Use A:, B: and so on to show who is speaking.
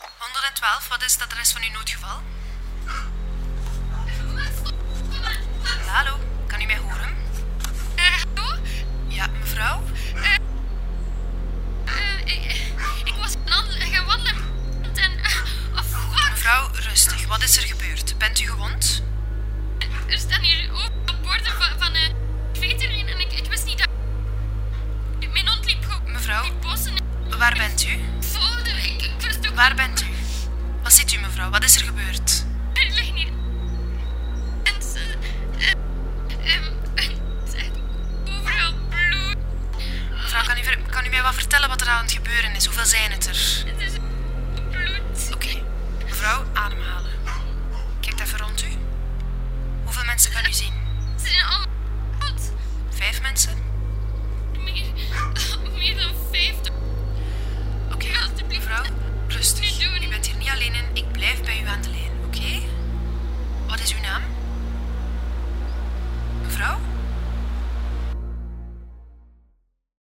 A: 112, wat is het adres van uw noodgeval? Hallo, kan u mij horen?
B: Eh, hallo?
A: Ja, mevrouw?
B: Eh, ik, ik was aan het gaan wandelen en... eh, Of wat?
A: Mevrouw, rustig. Wat is er gebeurd? Bent u gewond?
B: Er staan hier overal borden van, van eh, veterinair en ik, ik wist niet dat... Mijn hond liep gewoon
A: Mevrouw?
B: in die bossen en
A: Waar bent u?
B: ik voelde... Ik, ik wist ook...
A: Waar bent u? Wat ziet u, mevrouw? Wat is er gebeurd?
B: Er liggen hier... Mensen... eh, ehm, en en overal bloed.
A: Mevrouw, kan u, ver- kan u mij wat vertellen wat er aan het gebeuren is? Hoeveel zijn het er?
B: Het is bloed.
A: Oké. Mevrouw, ademhalen. Kijkt even rond u. Hoeveel mensen kan u zien?
B: Ze zijn allemaal dood.
A: Vijf mensen?
B: Meer, meer dan 50.
A: Oké.
B: Alsjeblieft.
A: Mevrouw, rustig.
B: Niet doen.
A: U bent hier niet alleen in. Ik blijf bij u aan de lijn, oké? Wat is uw naam? Mevrouw?